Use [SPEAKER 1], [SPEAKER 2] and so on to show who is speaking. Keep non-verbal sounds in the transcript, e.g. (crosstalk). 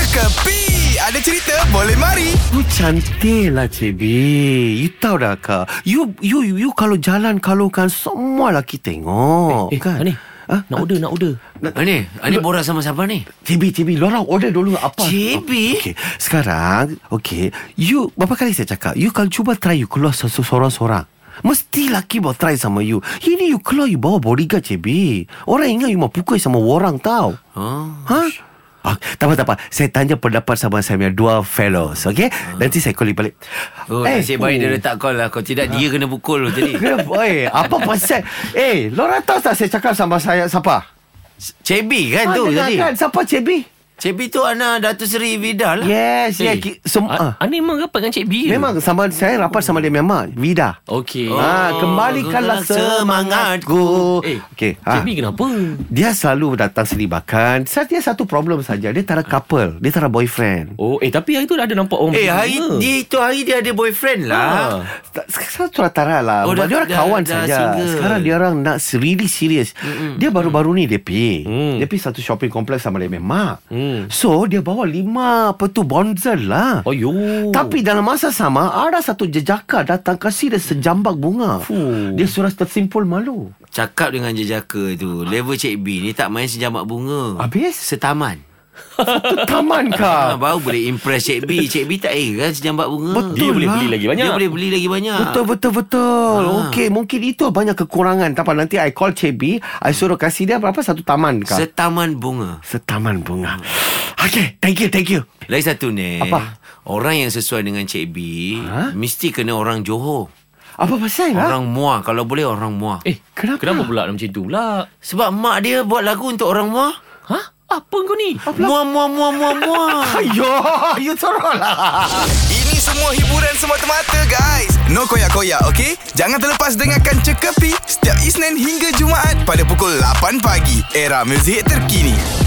[SPEAKER 1] Kepi Ada cerita boleh mari
[SPEAKER 2] Lu Oh, cantik lah Cik B Itau dah kak You you you kalau jalan Kalau kan Semua lelaki tengok
[SPEAKER 3] Eh,
[SPEAKER 2] kan?
[SPEAKER 3] kan? Ani.
[SPEAKER 2] Ha?
[SPEAKER 3] Ha? Nak order, nak order.
[SPEAKER 4] Ani, Ani borak sama siapa ni?
[SPEAKER 2] Cik B Cik B Lorang order dulu apa
[SPEAKER 4] Cik B?
[SPEAKER 2] okay. Sekarang Okay You Berapa kali saya cakap You kalau cuba try You keluar se- se- seorang-seorang Mesti laki mau try sama you Ini you keluar You bawa bodyguard Cik B Orang ingat you mau pukul sama orang tau
[SPEAKER 4] Oh.
[SPEAKER 2] Ha? Ah, tak apa, tak apa. Saya tanya pendapat sama saya punya dua fellows, okay? Nanti saya call you balik.
[SPEAKER 4] Ah. Oh, eh, nasib baik dia letak call lah. Kalau tidak, dia kena pukul lo
[SPEAKER 2] (laughs)
[SPEAKER 4] tadi.
[SPEAKER 2] Oi, apa pasal? Eh, Lorang tahu tak saya cakap sama saya siapa?
[SPEAKER 4] Cebi kan
[SPEAKER 2] Ah,
[SPEAKER 4] tu
[SPEAKER 2] dengar
[SPEAKER 4] tadi.
[SPEAKER 2] Kan? Siapa Cebi?
[SPEAKER 4] Cebi tu anak Datuk Seri Vida lah.
[SPEAKER 2] Yes, yes. ki-
[SPEAKER 3] Ah.
[SPEAKER 2] Semua.
[SPEAKER 3] Ani memang rapat dengan Cik B. ke?
[SPEAKER 2] Memang sama saya rapat sama dia memang Vida.
[SPEAKER 3] Okey.
[SPEAKER 4] Oh,
[SPEAKER 2] Ah, kembalikanlah
[SPEAKER 4] gunakan
[SPEAKER 2] semangatku.
[SPEAKER 3] Eh,
[SPEAKER 2] Okey, ah.
[SPEAKER 3] Cik B kenapa?
[SPEAKER 2] Dia selalu datang sini makan. Sa- Dia satu problem saja. Dia tak ada couple, dia tak ada boyfriend.
[SPEAKER 3] Oh, eh tapi hari tu dah ada nampak orang Ah.
[SPEAKER 4] Eh,
[SPEAKER 3] berjumpa.
[SPEAKER 4] hari dia itu hari dia ada boyfriend lah.
[SPEAKER 2] Ah. Tak- Satu rata-rata lah oh,
[SPEAKER 4] Oh, dah-
[SPEAKER 2] Dia orang
[SPEAKER 4] dah-
[SPEAKER 2] kawan
[SPEAKER 4] dah
[SPEAKER 2] saja
[SPEAKER 4] single.
[SPEAKER 2] Sekarang dia orang nak really serious mm Dia baru-baru ni dia pergi mm. Dia pergi satu shopping complex sama dia memang mm. So dia bawa lima Apa tu bonzel lah
[SPEAKER 3] Oh, yo.
[SPEAKER 2] Tapi dalam masa sama Ada satu jejaka datang Kasih dia sejambak bunga
[SPEAKER 3] Fuh.
[SPEAKER 2] Dia sudah tersimpul malu
[SPEAKER 4] Cakap dengan jejaka tu. Level Cik B ni tak main sejamak bunga.
[SPEAKER 2] Habis
[SPEAKER 4] Setaman.
[SPEAKER 2] Satu taman kah
[SPEAKER 4] Ah, baru boleh impress Cik B. Cik B tak eh kan sejambak bunga.
[SPEAKER 2] Betul
[SPEAKER 3] Dia boleh
[SPEAKER 2] lah.
[SPEAKER 3] beli lagi banyak.
[SPEAKER 4] Dia boleh beli lagi banyak.
[SPEAKER 2] Betul betul betul. Ha. Okey, mungkin itu banyak kekurangan. Tak apa nanti I call Cebi, I suruh kasih dia berapa satu taman
[SPEAKER 3] Kan?
[SPEAKER 2] kah?
[SPEAKER 4] Setaman bunga.
[SPEAKER 2] Setaman bunga. Okay, thank you, thank you.
[SPEAKER 4] Lagi satu ni.
[SPEAKER 2] Apa?
[SPEAKER 4] Orang yang sesuai dengan Cik B,
[SPEAKER 2] Ha?
[SPEAKER 4] mesti kena orang Johor.
[SPEAKER 2] Apa pasal lah?
[SPEAKER 4] Orang Muar. Kalau boleh orang Muar.
[SPEAKER 3] Eh,
[SPEAKER 2] Kenapa?
[SPEAKER 3] kenapa? Kenapa pula nak macam tu pula?
[SPEAKER 4] Sebab mak dia buat lagu untuk orang Muar.
[SPEAKER 3] Hah? Apa kau ni?
[SPEAKER 4] Muar, muar, muar, muar,
[SPEAKER 2] (laughs)
[SPEAKER 4] muar.
[SPEAKER 2] Ayo, you sorok lah.
[SPEAKER 1] Ini semua hiburan semata-mata guys No koyak-koyak ok Jangan terlepas dengarkan Cekapi Setiap Isnin hingga Jumaat Pada pukul 8 pagi Era muzik terkini